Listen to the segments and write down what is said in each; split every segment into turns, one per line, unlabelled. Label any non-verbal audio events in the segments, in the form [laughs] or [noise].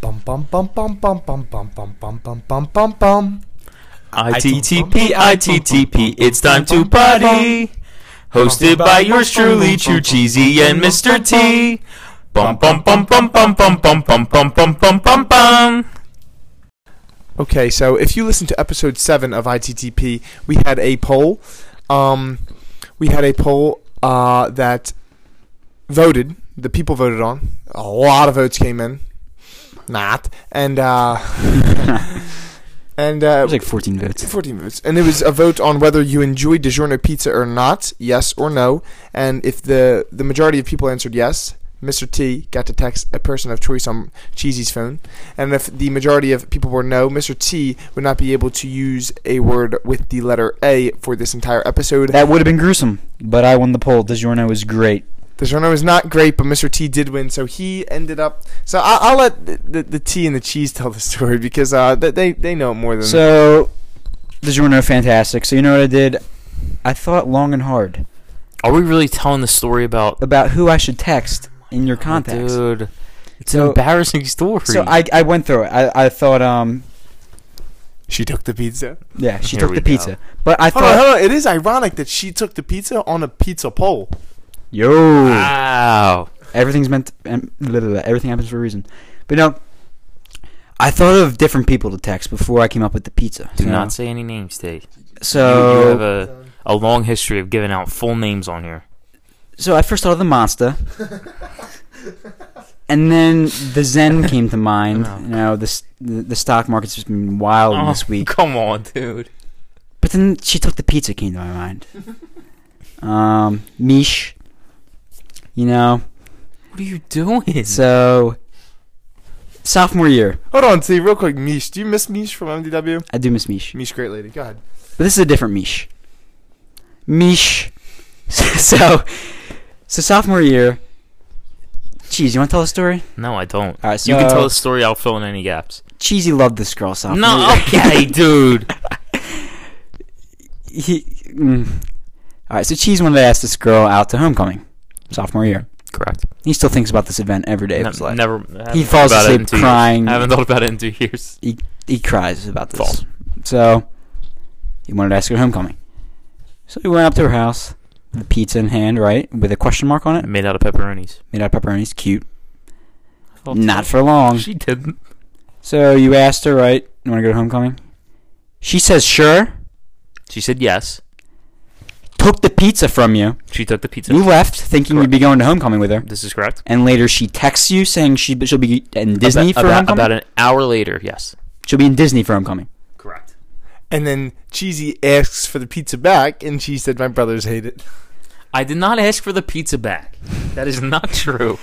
bum bum bum bum bum bum bum bum bum bum bum bum.
ITTP, ITTP, it's time to party. Hosted by yours truly, Chew Cheesy and Mr. T. Bum bum bum bum bum bum bum bum bum bum bum bum bum.
Okay, so if you listen to episode seven of ITTP, we had a poll. Um, we had a poll uh, that voted. The people voted on. A lot of votes came in. Not and uh, [laughs] and uh,
It was like 14 votes.
14 votes. And it was a vote on whether you enjoy DiGiorno pizza or not, yes or no. And if the, the majority of people answered yes, Mr. T got to text a person of choice on Cheesy's phone. And if the majority of people were no, Mr. T would not be able to use a word with the letter A for this entire episode.
That would have been gruesome, but I won the poll. DiGiorno is great.
DiGiorno is not great, but Mr. T did win, so he ended up. So I, I'll let the, the, the T and the cheese tell the story because uh, th- they they know it more than
So, DiGiorno, fantastic. So, you know what I did? I thought long and hard
Are we really telling the story about
about who I should text in your contacts.
Dude, it's an
So-
embarrassing story.
So, I, I went through it. I, I thought, um,
she took the pizza.
yeah, she
Here
took
we
the
go.
pizza. But I
Hold on,
thought,
hold on. It is ironic that she took the pizza on a pizza pole.
yo.
Ah. wow.
Everything's meant. To, em- blah, blah, blah. everything happens for a reason. But no, I thought of different people to text before I came up with the pizza.
Do
so,
not say any names, Tate.
So
you have a, a long history of giving out full names on here.
so I first thought of the Mazda, and then the Zen came to mind. [laughs]
Oh.
You know, this the, the stock market's just been wild Oh, this week.
Come on, dude.
But then she took the pizza came to my mind. um, Mish, you know.
What are you doing?
So sophomore year,
Hold on, see, real quick, Mish. Do you miss Mish from MDW?
I do miss Mish.
Mish, great lady. Go ahead.
But this is a different Mish. Mish. [laughs] So, so sophomore year. Cheese, you want to tell the story?
no, I don't.
All right, so
you can tell the story. I'll fill in any gaps.
Cheesy loved this girl sophomore.
No,
year. [laughs]
okay, dude.
he. Mm. All right, so Cheese wanted to ask this girl out to homecoming, sophomore year.
Correct.
He still thinks about this event every day of his
Ne-
life.
never. I haven't
falls
thought about it
asleep
in two years.
crying.
I haven't thought about it in two
[laughs]
years.
he cries about this.
False.
So he wanted to ask her to homecoming. So we went up to her house, the pizza in hand, right, with a question mark on it,
Made out of pepperonis.
made out of pepperonis, cute. Not for long.
She didn't.
So you asked her, right? You want to go to homecoming? She says sure.
She said yes.
Took the pizza from you.
She took the pizza.
You left thinking you'd be going to homecoming with her,
This is correct.
and later she texts you saying she she'll be in Disney
about,
for
about,
homecoming.
about an hour later. Yes.
She'll be in Disney for homecoming.
Correct.
And then Cheesy asks for the pizza back, and she said, "My brothers hate it."
I did not ask for the pizza back. That is
[laughs]
not true.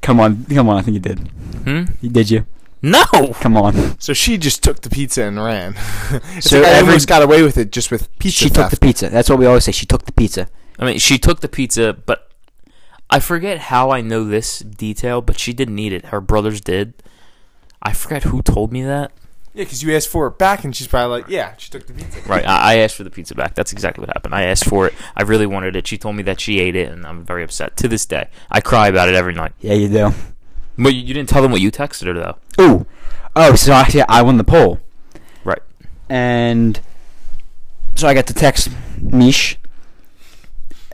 Come on, come on! I think you did.
Hmm?
You did you?
No.
Come on!
So she just took the pizza and ran. [laughs] It's
So
like I
every-
almost got away with it just with pizza
she took
theft.
the pizza. That's what we always say. She took the pizza.
I mean, she took the pizza, but I forget how I know this detail, but she didn't need it. Her brothers did. I forget who told me that.
yeah, because you asked for it back, and she's probably like, "Yeah, she took the pizza."
Right. I, I asked for the pizza back. That's exactly what happened. I asked for it. I really wanted it. She told me that she ate it, and I'm very upset to this day. I cry about it every night.
Yeah, you do.
But you, you didn't tell them what you texted her, though.
Ooh. Oh, so I, yeah, I won the poll.
Right.
And so I got to text Mish.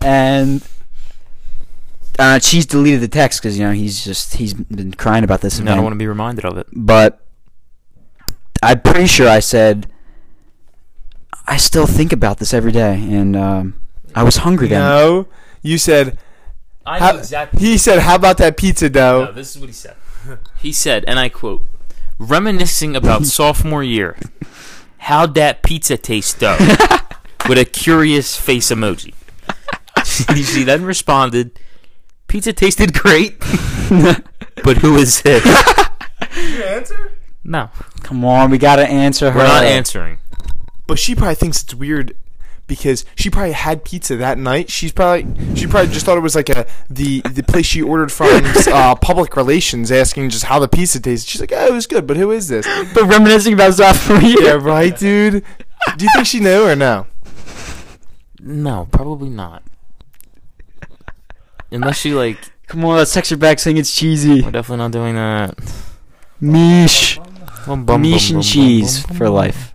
And uh, she's deleted the text because, you know, he's just, he's been crying about this.
And I
event.
don't want to be reminded of it.
But I'm pretty sure I said, I still think about this every day. And um, I was hungry then.
No, you said.
I
How, He said, "How about that pizza dough?"
No, this is what he said. [laughs] He said, and I quote, reminiscing [laughs] about sophomore year, how'd that pizza taste [laughs] though? with a curious face [laughs] emoji. she then responded, pizza tasted great, but who is it?
you answer?
No,
[laughs] Come on, we got to answer her.
we're not answering.
But she probably thinks it's weird because she probably had pizza that night. She's probably she probably just thought it was like a the the place she ordered from [laughs] uh, public relations, asking just how the pizza tasted. She's like, "Oh, it was good, but who is this?"
But reminiscing about sophomore year.
yeah, right, dude. Do you think she knew or no?
No, probably not. Unless she like,
Come on, let's text her back saying it's cheesy.
we're definitely not doing that.
Mish.
Bum, bum,
Mish
bum, bum,
and cheese
bum, bum,
for
bum,
life.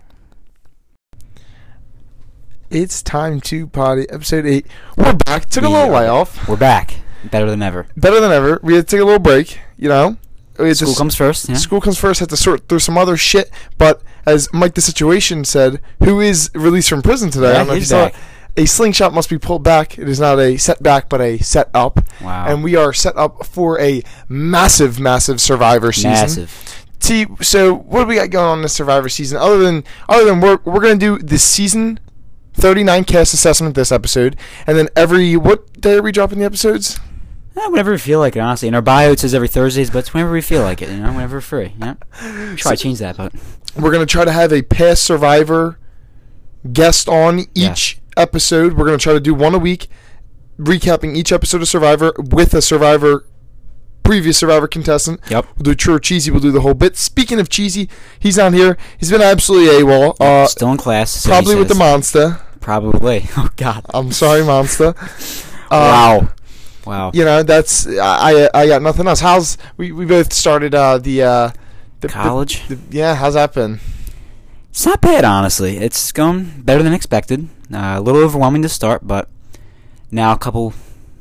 It's time to potty. Episode eight. We're back. Took a
We
little
are
way off.
We're back. Better than ever.
Better than ever. We had to take a little break. You know, it's
School
just
comes first. Yeah.
School comes first. Had to sort through some other shit. But as Mike the Situation said, who is released from prison today?
Yeah,
I don't know if you
he's
saw
back.
it. A slingshot must be pulled back. It is not a setback, but a set up.
Wow.
And we are set up for a massive, massive Survivor season.
Massive.
T. So what do we got going on this Survivor season? Other than other than we're we're gonna do the season thirty nine cast assessment this episode, and then every what day are we dropping the episodes?
Eh, whenever we feel like it, honestly. In our bio, it says every Thursdays, but it's whenever we feel like it, you know, whenever we're free. Yeah. Try to change that, but
We're gonna try to have a past Survivor guest on each episode. We're gonna try to do one a week, recapping each episode of Survivor with a Survivor previous Survivor contestant.
Yep.
We'll do true or cheesy. We'll do the whole bit. Speaking of cheesy, he's not here. He's been absolutely AWOL. Uh,
still in class. so he
probably with the
says.
monster.
Probably. [laughs] Oh God.
I'm sorry,
[laughs]
monster. Uh,
wow. Wow.
You know that's I I I got nothing else. How's we, we both started uh the uh the
College.
The, the- yeah, how's that been?
It's not bad, honestly. It's going better than expected. Uh, a little overwhelming to start, but now a couple,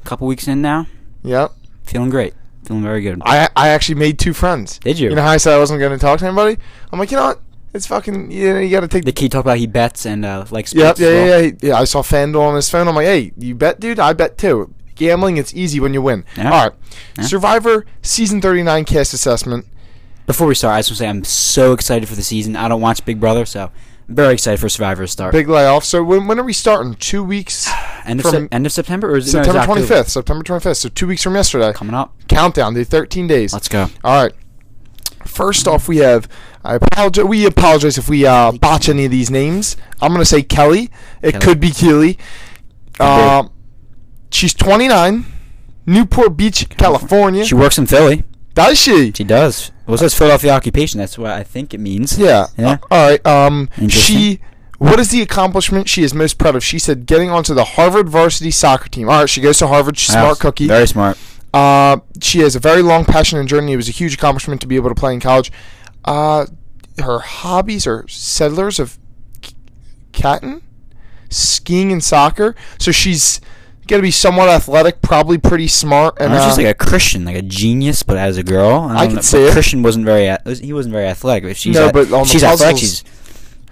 couple weeks in now,
Yep.
feeling great. Feeling very good.
I I actually made two friends.
Did you?
You know how I said I wasn't going to talk to anybody? I'm like, you know what? It's fucking you know you got to take
the key talked about he bets and uh, likes.
Yep,
sports
yeah,
as
yeah,
well.
yeah, he- yeah. I saw FanDuel on his phone. I'm like, hey, you bet, dude? I bet too. Gambling, it's easy when you win.
Yeah.
All right.
Yeah.
Survivor season 39 cast assessment.
Before we start, I just want to say I'm so excited for the season. I don't watch Big Brother, so I'm very excited for Survivor to start.
Big layoff. So when when are we starting? 2 weeks
end of
from
Sep- end of September or is it no, it's
September
October.
25th. September 25th. So 2 weeks from yesterday.
coming up?
countdown. The 13 days.
Let's go.
All right. First off, we have. I apologize. We apologize if we uh, botch any of these names. I'm gonna say Kelly. It
Kelly.
could be Keely. Uh, she's 29, Newport Beach, California.
She works in Philly.
Does she?
She does. Well, it says Philadelphia occupation. That's what I think it means.
Yeah.
Yeah.
Uh, all right. Um.
Interesting.
She. What is the accomplishment she is most proud of? She said getting onto the Harvard varsity soccer team. All right, she goes to Harvard. She's
Wow,
smart cookie.
Very smart.
Uh, she has a very long passion and journey. It was a huge accomplishment to be able to play in college. Uh, her hobbies are settlers of C- Catton, skiing and soccer. So she's going to be somewhat athletic, probably pretty smart. And
I was just
uh,
like a Christian, like a genius, but as a girl, I,
I
don't
could
know,
see
but
it.
Christian wasn't very ath- he wasn't very athletic. But she's
No,
ath-
but on the
she's
puzzles-
athletic. She's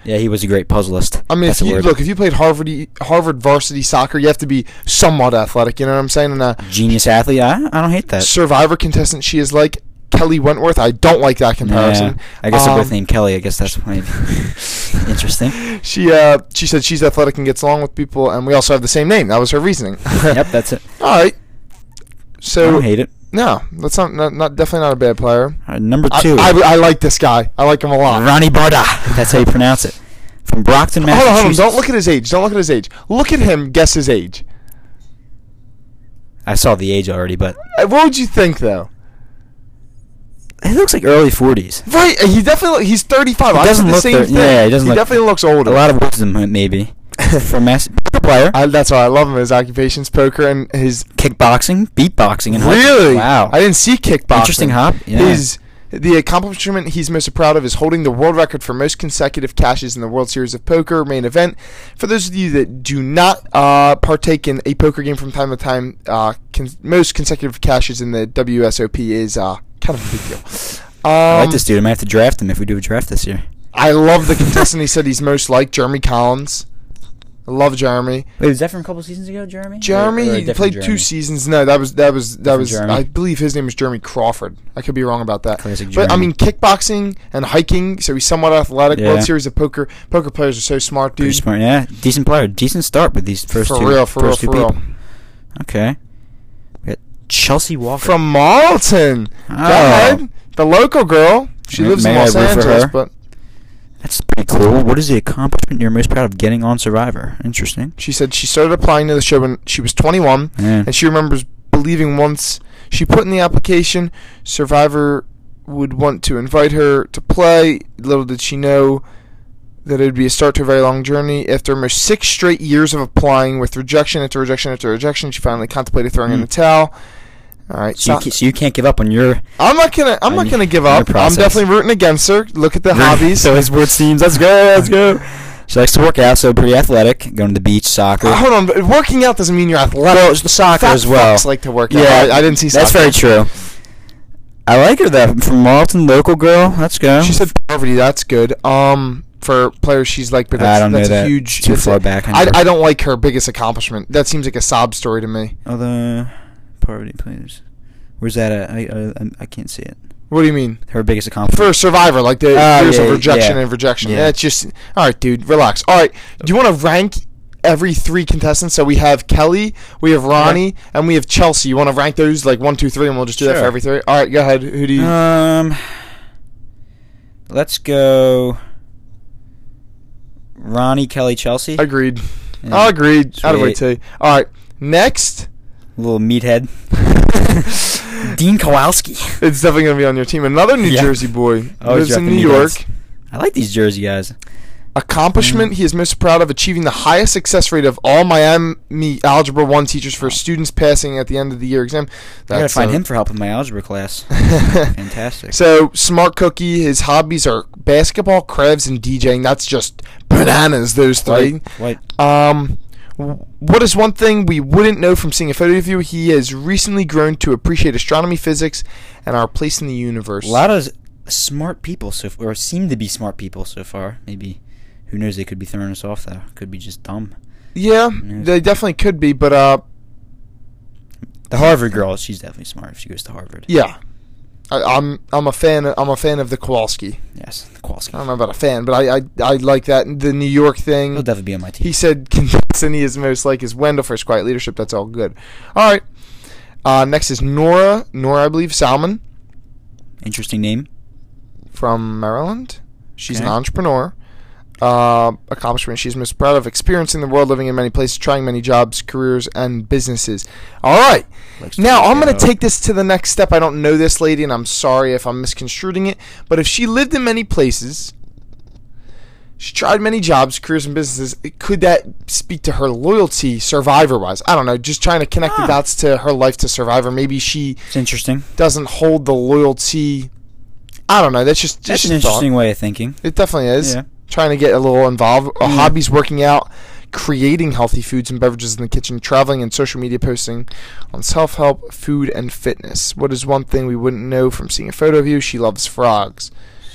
yeah, he was a great puzzlist.
I mean,
That's
if
a
you,
word.
look, if you played Harvard Harvard varsity soccer, you have to be somewhat athletic. You know what I'm saying? And a
genius athlete. I, I don't hate that.
survivor contestant, she is like Kelly Wentworth. I don't like that comparison.
Yeah. I guess they're both
Um,
named Kelly. I guess
[laughs]
that's why- [laughs] interesting.
She uh she said she's athletic and gets along with people, and we also have the same name. That was her reasoning.
[laughs] yep, that's
[laughs]
it.
[laughs] All right.
I
So
don't hate it.
no, that's not, not not definitely not a bad player.
Uh, number
I,
two,
I, I like this guy. I like him a lot.
Ronnie Barda. That's how you pronounce it. From Brockton,
Hold on,
Massachusetts.
hold on. Don't look at his age. Don't look at his age. Look at him. Guess his age.
I saw the age already, but
Uh, What would you think though?
he looks like early forties.
Right, uh, he definitely look- he's thirty five.
He
I
doesn't
said the
look
same
thir-
thing.
yeah, he doesn't look-
definitely looks older.
A lot of wisdom, maybe.
[laughs]
From Mass, poker player,
I, that's why I love him. His occupations, poker, and his
kickboxing, beatboxing, and hiking.
really.
wow,
I didn't see kickboxing.
Interesting hop, yeah.
His the accomplishment he's most proud of is holding the world record for most consecutive caches in the World Series of Poker main event. For those of you that do not uh, partake in a poker game from time to time, uh, con- most consecutive caches in the WSOP is uh, kind of a big deal.
I
Um,
like this dude. I might have to draft him if we do a draft this year.
I love the contestant. he said he's most like Jeremy Collins. I love Jeremy.
Wait, was that from a couple seasons ago, Jeremy?
Jeremy he played two seasons. No, that was that was that was.
Jeremy?
I believe his name was Jeremy Crawford. I could be wrong about that.
Classic
But I
Jeremy.
mean, kickboxing and hiking. So he's somewhat athletic.
Yeah.
World Series of Poker. Poker players are so smart, dude.
Smart, yeah, decent player, decent start with these first
for
two.
real, for real,
first
for
two
real.
people. Okay, we got Chelsea Walker.
From Marlton,
Oh.
God, the local girl. She
May-
lives in
may I
Los
root for
Angeles,
her?
but
That's pretty cool. What is the accomplishment you're most proud of getting on Survivor? Interesting.
she said she started applying to the show when she was 21,
Yeah.
and she remembers believing once she put in the application, Survivor would want to invite her to play. Little did she know that it would be a start to a very long journey. After almost six straight years of applying with rejection after rejection after rejection, she finally contemplated throwing in
Hmm.
the towel. All right.
So you,
So
ca- so you can't give up on your
I'm not gonna. I'm
on
not
y-
gonna give
on your
up. I'm
process.
definitely rooting against her. Look at the hobbies.
so his sports teams. Let's go. Let's
[laughs]
go. She likes to work out, so pretty athletic. Going to the beach, soccer.
Uh, hold on. but Working out doesn't mean you're athletic.
Well, it's the soccer
Fat
as well.
fucks like to work out. I, I didn't see.
That's
soccer.
very true. I like her though. From Marlton, local girl. Let's go.
She said poverty. That's good. Um, for players she's like, but
I
that's,
don't know
that's a
that.
huge.
Too
that's
far
a-
back, I
I,
never-
I don't like her biggest accomplishment. That seems like a sob story to me.
Oh. Although poverty players. Where's that at? I, I I can't see it.
What do you mean?
Her biggest accomplishment.
For a survivor, like the
Oh,
years
yeah,
of rejection
yeah.
and rejection.
Yeah.
Yeah. That's just all right, dude. Relax. All right. Do you want to rank every three contestants? So we have Kelly, we have Ronnie, and we have Chelsea. You want to rank those like one, two, three, and we'll just do that
Sure.
for every three. All right, go ahead. Who do you?
Um, let's go. Ronnie Kelly Chelsea.
agreed.
Yeah.
Agreed. Out of way
Sweet.
too. All right. Next,
Little meathead. Dean Kowalski.
it's definitely gonna be on your team. Another New
Yeah.
Jersey boy
Always
lives in
repping
New
you
York.
guys. I like these Jersey guys.
accomplishment
Mm.
he is most proud of achieving the highest success rate of all Miami Algebra 1 teachers for students passing at the end of the year exam.
I gotta find
uh,
him
[laughs]
for help in my algebra class. Fantastic.
So, Smart Cookie, his hobbies are basketball, crabs, and DJing. That's just bananas, those three.
White, white.
Um, w- what is one thing we wouldn't know from seeing a photo of you? He has recently grown to appreciate astronomy, physics, and our place in the universe.
A lot of smart people so, f- or seem to be smart people so far. Maybe, who knows? They could be throwing us off though. Could be just dumb.
yeah,
News.
they definitely could be, but uh,
The Harvard girl, she's definitely smart if she goes to Harvard.
yeah, I, I'm I'm a fan. I'm a fan of the Kowalski.
Yes, Kowalski.
I don't know about a fan, but I I, I like that the New York thing.
He'll definitely be on my team.
He said [laughs] contestant he is most like is Wendell for his quiet leadership. That's all good. All right. Uh, next is Nora. Nora, I believe, Salmon
Interesting name.
from Maryland. She's an
Okay.
entrepreneur. Uh, accomplishment she's most proud of experiencing the world, living in many places, trying many jobs, careers, and businesses. All right.
Likes to
Now,
work
I'm going
out.
to take this to the next step. I don't know this lady, and I'm sorry if I'm misconstruing it, but if she lived in many places, she tried many jobs, careers, and businesses, it- could that speak to her loyalty survivor wise? I don't know. Just trying to connect
Huh.
the dots to her life to survivor. Maybe she
It's interesting.
doesn't hold the loyalty. I don't know. That's just, just
That's an
a thought.
interesting way of thinking.
It definitely is.
Yeah.
Trying to get a little involved. Uh,
Mhm.
Hobbies working out, creating healthy foods and beverages in the kitchen, traveling and social media posting on self help, food, and fitness. What is one thing we wouldn't know from seeing a photo of you? She loves frogs.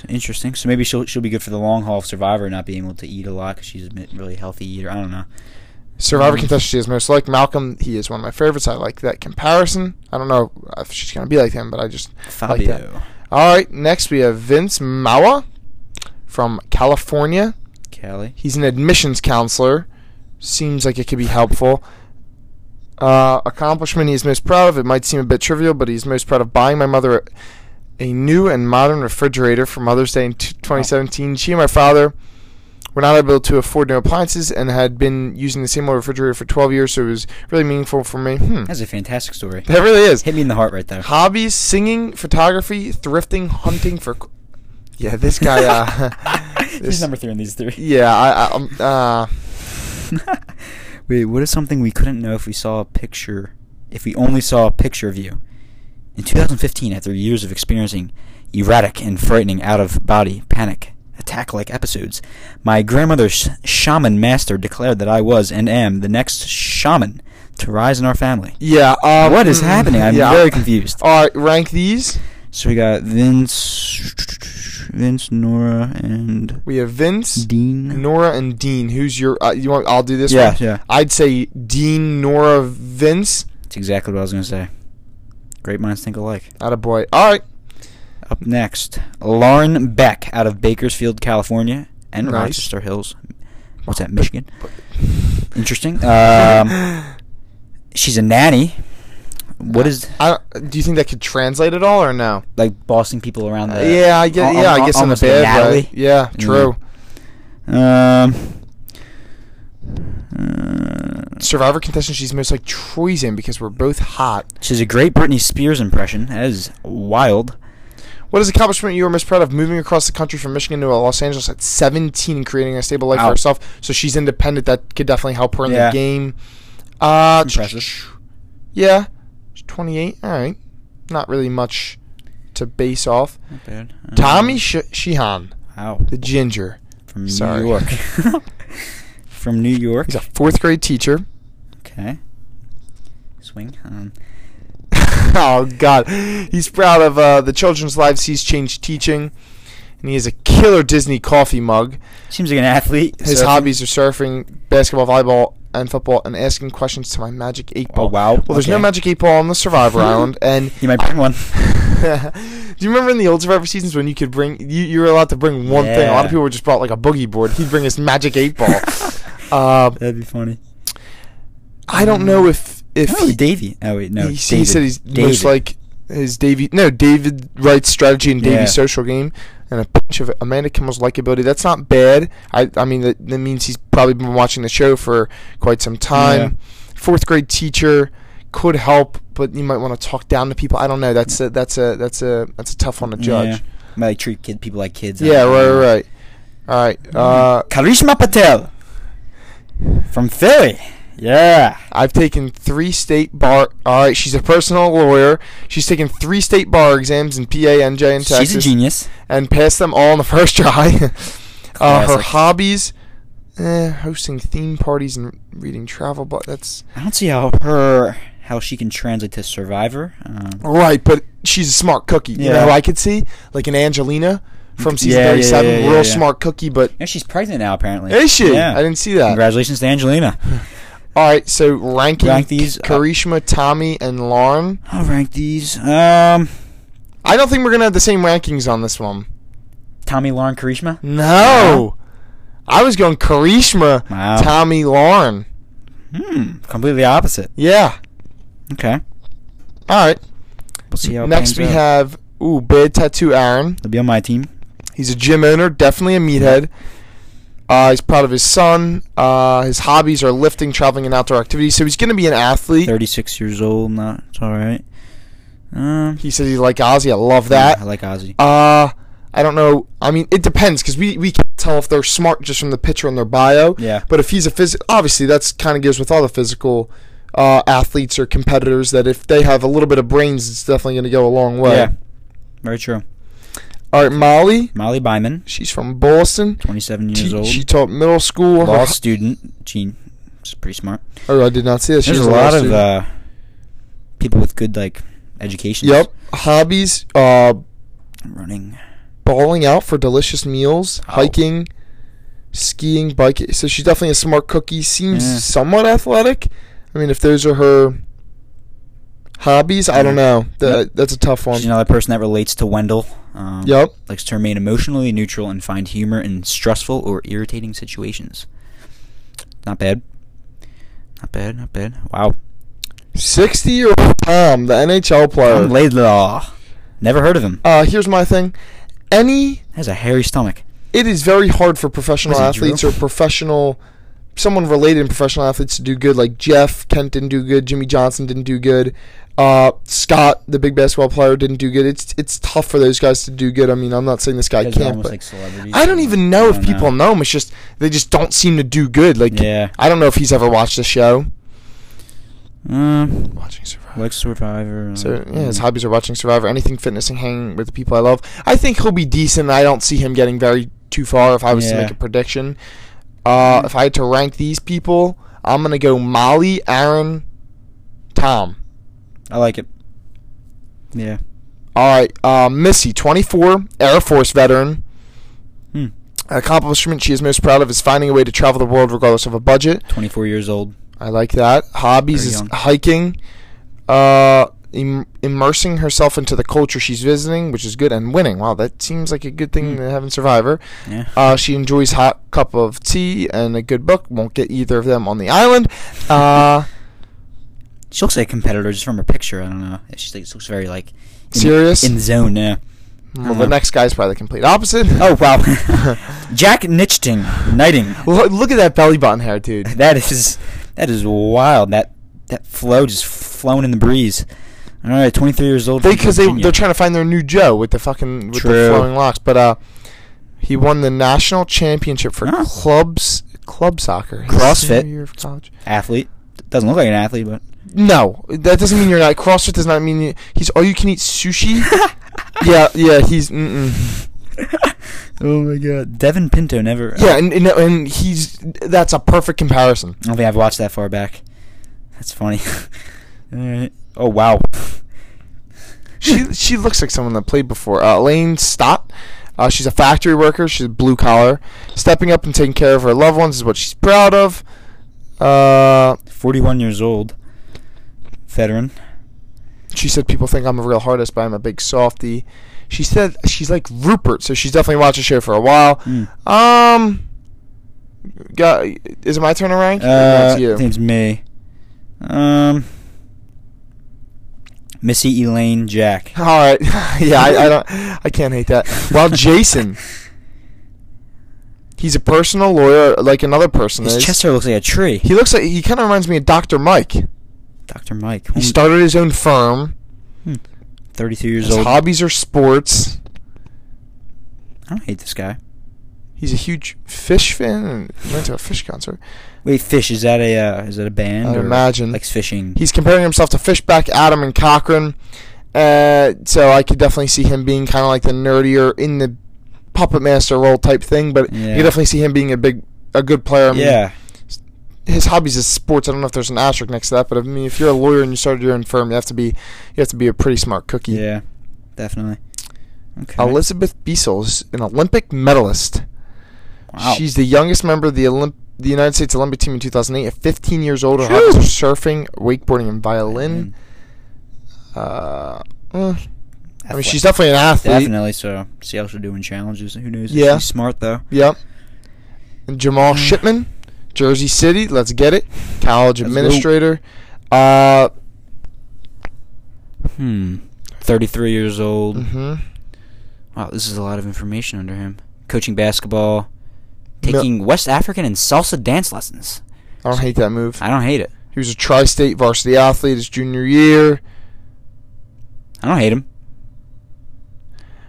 Interesting. So maybe she'll she'll be good for the long haul of Survivor, not being able to eat a lot because she's a bit- really healthy eater. I don't know.
Survivor
Mhm.
contestant she is most like. Malcolm, he is one of my favorites. I like that comparison. I don't know if she's going to be like him, but I just. like that.
Fabio,
All right, next we have Vince Mawa from California.
Kelly.
He's an admissions counselor. Seems like it could be helpful. Uh, accomplishment he's most proud of. It might seem a bit trivial, but he's most proud of buying my mother a, a new and modern refrigerator for Mother's Day in t- 2017. She and my father were not able to afford new appliances and had been using the same old refrigerator for 12 years, so it was really meaningful for me. Hmm.
That's a fantastic story.
That really is.
Hit me in the heart right there.
Hobbies: singing, photography, thrifting, hunting for. c- Yeah, this guy. Uh,
[laughs] He's
this-
number three in these three.
yeah, I. uh, I um, uh,
[laughs] Wait, what is something we couldn't know if we saw a picture, if we only saw a picture of you? In 2015, after years of experiencing erratic and frightening out of body panic attack like episodes, my grandmother's shaman master declared that I was and am the next shaman to rise in our family.
Yeah. Um,
What is
mm,
happening? I'm
yeah.
very confused.
All right, rank these.
So we got Vince, Vince, Nora, and
We have Vince,
Dean.
Nora, and Dean. Who's your? Uh, you want? I'll do this.
Yeah,
one.
yeah.
I'd say Dean, Nora, Vince.
That's exactly what I was gonna say. Great minds think alike.
Not a boy. All right.
Up next, Lauren Beck out of Bakersfield, California, and
Nice.
Rochester Hills. What's that, Michigan?
[laughs]
Interesting. Um, she's a nanny. What is
I, do you think that could translate at all or no?
like bossing people around? The,
Uh, yeah, I guess.
al-
Yeah,
al-
I guess in the
almost a
bad way.
Natalie.
Yeah,
Mm.
true.
Um. uh,
Survivor contestant. She's most like Troy's in because we're both hot.
she's a great Britney Spears impression. That is wild.
What is the accomplishment you were most proud of? Moving across the country from Michigan to Los Angeles at 17 and creating a stable life
Wow.
for herself. So she's independent. That could definitely help her in
Yeah.
the game. Uh,
Impressive.
Yeah. 28. All right. Not really much to base off.
Not bad. Um,
Tommy Sh- Sheehan,
Wow.
the ginger.
From New
Sorry. [laughs]
York. [laughs] From New York.
He's a fourth grade teacher. [laughs]
Okay. Swing. Um,
oh God, he's proud of uh, the children's lives he's changed teaching, and he has a killer Disney coffee mug.
seems like an athlete.
His
surfing.
hobbies are surfing, basketball, volleyball, and football, and asking questions to my magic eight
Oh
ball.
wow.
Well, there's no
Okay.
magic eight ball on the
[laughs]
Survivor Island, and
You might bring
[laughs]
one.
Do you remember in the old Survivor seasons when you could bring you, you were allowed to bring one thing? A lot
Yeah.
of people just brought like a boogie board. He'd bring his magic eight
[laughs]
ball. uh,
That'd be funny.
I don't know if if
oh,
he-
Davy. Oh wait, no.
he, he said
David.
he's
David.
most like his Davy. No, David Wright's strategy and Davy's
Yeah.
social game, and a pinch of Amanda Kimmel's likability. That's not bad. I I mean that, that means he's probably been watching the show for quite some time. Fourth grade teacher could help, but you might want to talk down to people. I don't know. That's a that's a that's a that's a tough one to judge.
Yeah. Might like, treat kid people like kids. Um, Mm-hmm. Mm.
Yeah, right, right, right. All right. Uh,
Karishma Patel from Philly. Yeah.
I've taken three state bar. All right, she's a personal lawyer. She's taken three state bar exams in PA, NJ, and Texas.
She's a genius.
and pass them all on the [laughs] first try. uh, her
Classic.
hobbies, eh, hosting theme parties and reading travel, but that's
I don't see how her how she can translate to Survivor. Um,
right. But she's a smart cookie. You know
Yeah.
who I could see like an Angelina from season
Yeah, yeah,
thirty-seven,
yeah, yeah,
real
yeah.
smart cookie. But
yeah, she's pregnant now apparently.
is she?
Yeah.
I didn't see that.
Congratulations to Angelina.
[laughs] All right, so ranking
Rank these, uh,
Karishma, Tommy, and Lauren.
I'll rank these. Um,
I don't think we're gonna have the same rankings on this one.
Tommy Lauren Karishma.
No, I was going Karishma,
Wow.
Tommy, Lauren.
Hmm. Completely opposite.
Yeah.
Okay.
All right.
We'll see how it
Next,
pans
we
out.
have ooh, bad tattoo Aaron.
He'll be on my team.
He's a gym owner, definitely a meathead. Uh, he's proud of his son. Uh, his hobbies are lifting, traveling, and outdoor activities. So he's going to be an athlete.
Thirty-six years old. Not. It's all right. Um.
He says he's like Ozzy. I love
I
that.
like Ozzy.
Uh, I don't know. I mean, it depends because we, we can't tell if they're smart just from the picture on their bio.
Yeah.
But if he's a phys, obviously that's kind of goes with all the physical uh, athletes or competitors that if they have a little bit of brains, it's definitely going to go a long way.
Yeah. Very true.
All right, Molly.
Molly Byman,
She's from Boston.
twenty-seven years
She-
old.
She taught middle school.
law
Her,
student. She, she's pretty smart.
oh, I did not see that. She
There's
was
a
law
lot of
student.
uh, people with good like education.
Yep. Hobbies: uh,
Running.
bawling out for delicious meals,
Oh.
hiking, skiing, biking. So she's definitely a smart cookie. Seems
Yeah.
somewhat athletic. I mean, if those are her hobbies, I don't
Mm.
know. That,
Yep.
That's a tough one.
She's another person that relates to Wendell. Um,
Yep.
Likes to remain emotionally neutral and find humor in stressful or irritating situations. Not bad. Not bad. Not bad. Wow.
Sixty-year-old Tom, the NHL player.
Tom Laidlaw. Never heard of him.
uh, here's my thing. Any
Has a hairy stomach.
it is very hard for professional
Was it Drew?
athletes or professional someone related in professional athletes to do good like jeff kent didn't do good jimmy johnson didn't do good uh, scott the big basketball player didn't do good it's it's tough for those guys to do good i mean i'm not saying this guy
Guys are
can't
almost
but
like celebrities.
i don't even know
I
if
don't
people know. him it's just they just don't seem to do good like
Yeah.
i don't know if he's ever watched the show
Um,
watching survivor
like Survivor. uh,
so yeah, his
mm.
hobbies are watching Survivor, anything fitness, and hanging with the people I love. I think he'll be decent. I don't see him getting very too far. If I was to
Yeah.
make a prediction, uh, if I had to rank these people, I'm gonna go Molly, Aaron, Tom.
I like it. Yeah.
All right, uh, Missy, 24, Air Force veteran.
Hmm.
Accomplishment she is most proud of is finding a way to travel the world regardless of a budget.
24 years old.
I like that. Hobbies
Very
is
young.
hiking, uh, Im- immersing herself into the culture she's visiting, which is good, and winning. Wow, that seems like a good thing
Mm.
to have in Survivor.
Yeah.
Uh, she enjoys hot cup of tea and a good book. Won't get either of them on the island. Uh,
She looks like a competitor just from her picture. I don't know. She like, looks very like [laughs] in,
Serious?
in zone. Yeah. Uh-huh.
well, the next guy's probably the complete opposite.
Oh
[laughs]
wow, Jack Nichting, knighting.
Lo- Look at that belly button hair, dude.
[laughs] That is that is wild. That that flow just flown in the breeze. All right, 23 years old. from
Because they,
Virginia.
they're trying to find their new Joe with the fucking with
True.
the flowing locks, but uh, he won the national championship for
Huh.
clubs club soccer his
CrossFit.
senior year of college.
athlete. Doesn't look like an athlete, but
No, that doesn't mean you're not. CrossFit does not mean you, he's all you can eat sushi. [laughs] yeah, yeah, he's. Mm-mm.
[laughs] Oh my god. Devin Pinto never. uh,
Yeah, and, and and he's that's a perfect comparison.
I don't think I've watched that far back. That's funny. [laughs] Alright. Oh wow.
She she looks like someone that played before. Uh, Elaine Stott. Uh, she's a factory worker. She's blue collar. Stepping up and taking care of her loved ones is what she's proud of. Uh,
Forty-one years old. Veteran.
she said people think I'm a real hardest, but I'm a big softie. She said she's like Rupert, so she's definitely watched the show for a while.
Mm.
Um, got, is it my turn to rank? Or
Uh,
that's you.
name's May. Um. Missy Elaine Jack.
[laughs] All right. yeah, I, I don't. I can't hate that.
[laughs]
Well, Jason, he's a personal lawyer, like another person
His
is.
chest hair looks like a tree.
he looks like he kind of reminds me of Dr. Mike.
Dr. Mike.
He
home-
started his own firm.
hmm, 32 years
His
old.
hobbies are sports.
I don't hate this guy.
He's a huge fish fan and went to a fish concert.
Wait, Fish, is that a uh, is that a band?
I'd
or
imagine.
Likes fishing.
He's comparing himself to Fishback, Adam, and Cochran. Uh, so I could definitely see him being kind of like the nerdier in the puppet master role type thing, but you
Yeah.
could definitely see him being a big, a good player. I mean,
yeah.
his hobbies is sports. I don't know if there's an asterisk next to that, but I mean, if you're a lawyer and you started your own firm, you have to be, you have to be a pretty smart cookie.
Yeah. Definitely. Okay.
Elizabeth Biesel is an Olympic medalist.
Wow.
She's the youngest member of the Olymp- the United States Olympic team in 2008 at 15 years old. Her hobbies are surfing, wakeboarding, and violin. Uh, eh. I mean,
Athlete.
she's definitely an athlete.
Definitely. So, see how she'll do in challenges. Who knows?
Yeah.
She's smart though.
Yep. And Jamal
Mm.
Shipman, Jersey City. Let's get it. College
Let's go.
administrator. Uh,
Hmm. Thirty-three years old.
hmm
Wow, this is a lot of information under him. Coaching basketball,
Mil-
taking West African and salsa dance lessons.
I don't hate that move.
I don't hate it.
He was a tri-state varsity athlete his junior year,
I don't hate him.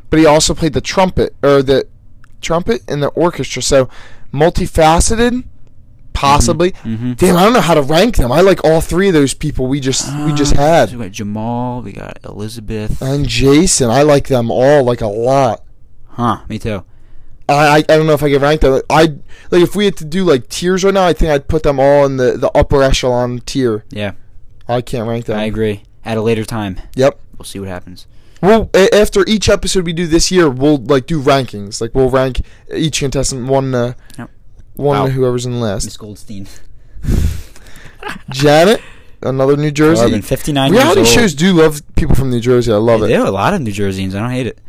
but he also played the trumpet or the trumpet and the orchestra. So multifaceted, possibly.
mhm.
Damn, I don't know how to rank them. I like all three of those people we just we just
Um,
had.
We got Jamal. We got Elizabeth.
And Jason, I like them all like a lot.
huh? Me too.
I, I, I don't know if I could rank them. I like if we had to do like tiers right now. I think I'd put them all in the, the upper echelon tier.
Yeah,
I can't rank them.
I agree. At a later time,
Yep.
we'll see what happens.
Well, a- after each episode we do this year, we'll like do rankings. Like we'll rank each contestant one, uh,
Yep.
one
Wow.
whoever's in
Miss
last.
Goldstein.
[laughs] Janet, another New Jersey.
Corbin, 59 years
Reality
old.
shows do love people from New Jersey. I love
They
it.
do a lot of New Jerseyans. I don't hate it.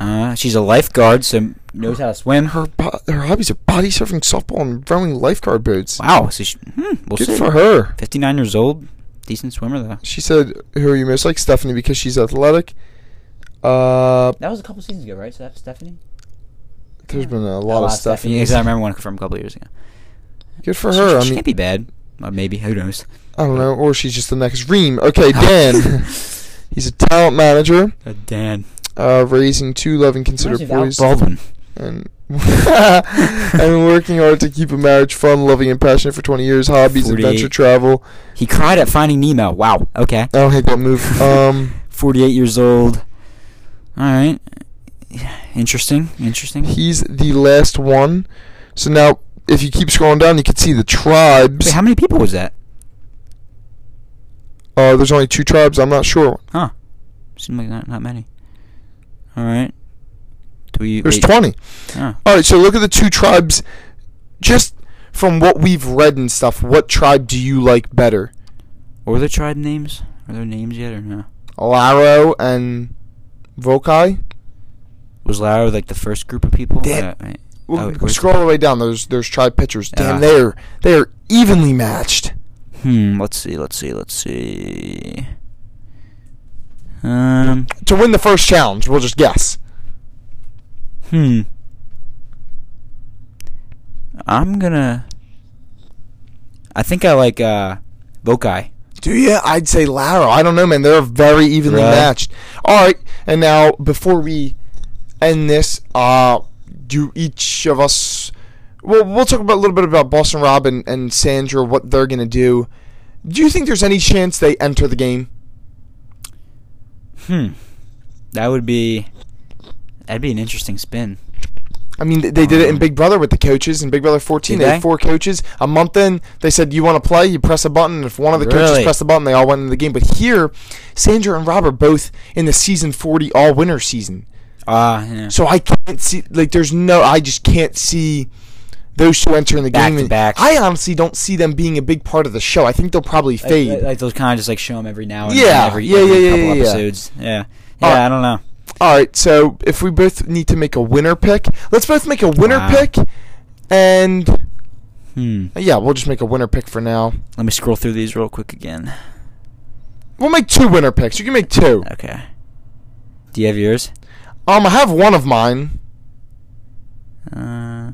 Uh, she's a lifeguard, so knows how to swim.
Her bo- her hobbies are body surfing, softball, and rowing lifeguard boats.
Wow. So she, hmm, we'll
Good
see.
for her.
59 years old, decent swimmer though.
She said, "Who are you most like, Stephanie?" Because she's athletic. Uh,
That was a couple seasons ago, right? Steph- Stephanie.
there's been a lot, of stuff. in
Yeah,
this.
'cause I remember one from a couple years ago.
Good for
She-
her.
She,
I mean,
can't be bad. Well, maybe who knows?
I don't know, or she's just the next ream.
[laughs]
Okay, Dan. He's a talent manager,
Uh, Dan.
uh, raising two loving, considerate boys,
Baldwin.
and [laughs] and working hard to keep a marriage fun, loving, and passionate for 20 years. Hobbies,
48.
adventure, travel. Oh,
He cried at Finding Nemo. Wow. Okay.
I don't hate that move.
[laughs]
Um,
48 years old. All right. Interesting. Interesting.
he's the last one. So now, if you keep scrolling down, you can see the tribes.
Wait, how many people was that?
Uh, there's only two tribes. I'm not sure.
Huh. Seemed like not, not many. All right. Do we?
There's
wait.
20.
Oh.
All right, so look at the two tribes. Just from what we've read and stuff, what tribe do you like better?
What were the tribe names? Are there names yet or no?
Laro and Vokai?
Was Lara like the first group of people?
Damn.
Uh, wait.
Well,
Oh, wait, where's-
scroll all the way down. There's there's tribe pictures. Damn,
Ah.
they're they're evenly matched.
Hmm. Let's see. Let's see. Let's see. Um.
To win the first challenge, we'll just guess.
Hmm. I'm gonna. I think I like uh, Vokai.
Do you? I'd say Laro. I don't know, man. They're very evenly
Really?
matched. All right, and now before we end this, uh, do each of us? Well, we'll talk about a little bit about Boston Rob and, and Sandra, what they're gonna do, Do you think there's any chance they enter the game?
Hmm. That would be. That'd be an interesting spin.
I mean, th- they did it in Big Brother with the coaches in Big Brother 14.
Um, Did
They
they?
had four coaches. A month in, they said, "You want to play? You press a button." And if one of the coaches
Really?
pressed the button, they all went in the game. But here, Sandra and Rob are both in the season 40 all winner season.
Ah, yeah.
So I can't see like there's no I just can't see those two entering the
Back
game.
to
And
back.
I honestly don't see them being a big part of the show. I think they'll probably
Like-
fade.
Like, like those kind of just like show them every now and
Yeah,
then, every,
yeah,
every
yeah, yeah,
couple
yeah, yeah.
episodes. Yeah. Yeah,
Alright.
I don't know.
All right, so if we both need to make a winner pick, let's both make a winner
Wow.
pick and
Hmm.
Uh, yeah, we'll just make a winner pick for now.
Let me scroll through these real quick again.
We'll make two winner picks. You can make two.
Okay. Do you have yours?
Um I have one of mine.
Uh.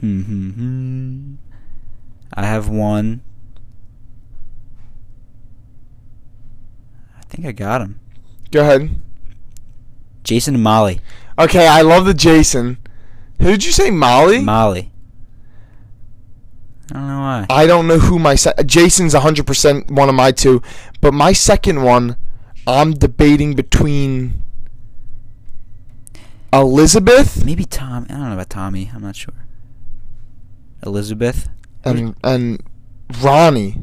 Hmm, hmm, hmm. I have one. I think I got him.
Go ahead.
Jason and Molly.
Okay, I love the Jason. Who did you say Molly?
Molly. I don't know why.
I don't know who my se- Jason's 100% one of my two, but my second one, I'm debating between Elizabeth
Maybe Tom. I don't know about Tommy. I'm not sure. Elizabeth.
and and Ronnie.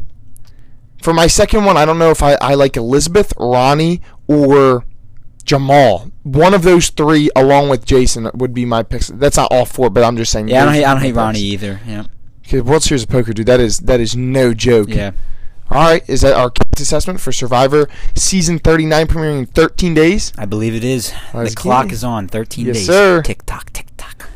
For my second one, I don't know if I, I like Elizabeth, Ronnie, or Jamal. One of those three, along with Jason, would be my picks. That's not all four, but I'm just saying.
Yeah, I don't.
those
Hate, I
are
don't hate
my
Ronnie
picks.
either. Yeah.
'Kay, World Series of Poker, dude. That is that is no joke.
Yeah.
All right, is that our case assessment for Survivor season 39 premiering in 13 days?
I believe it is.
Let's
the clock
get it.
is on. 13
Yes,
days.
sir.
Tick tock. Tick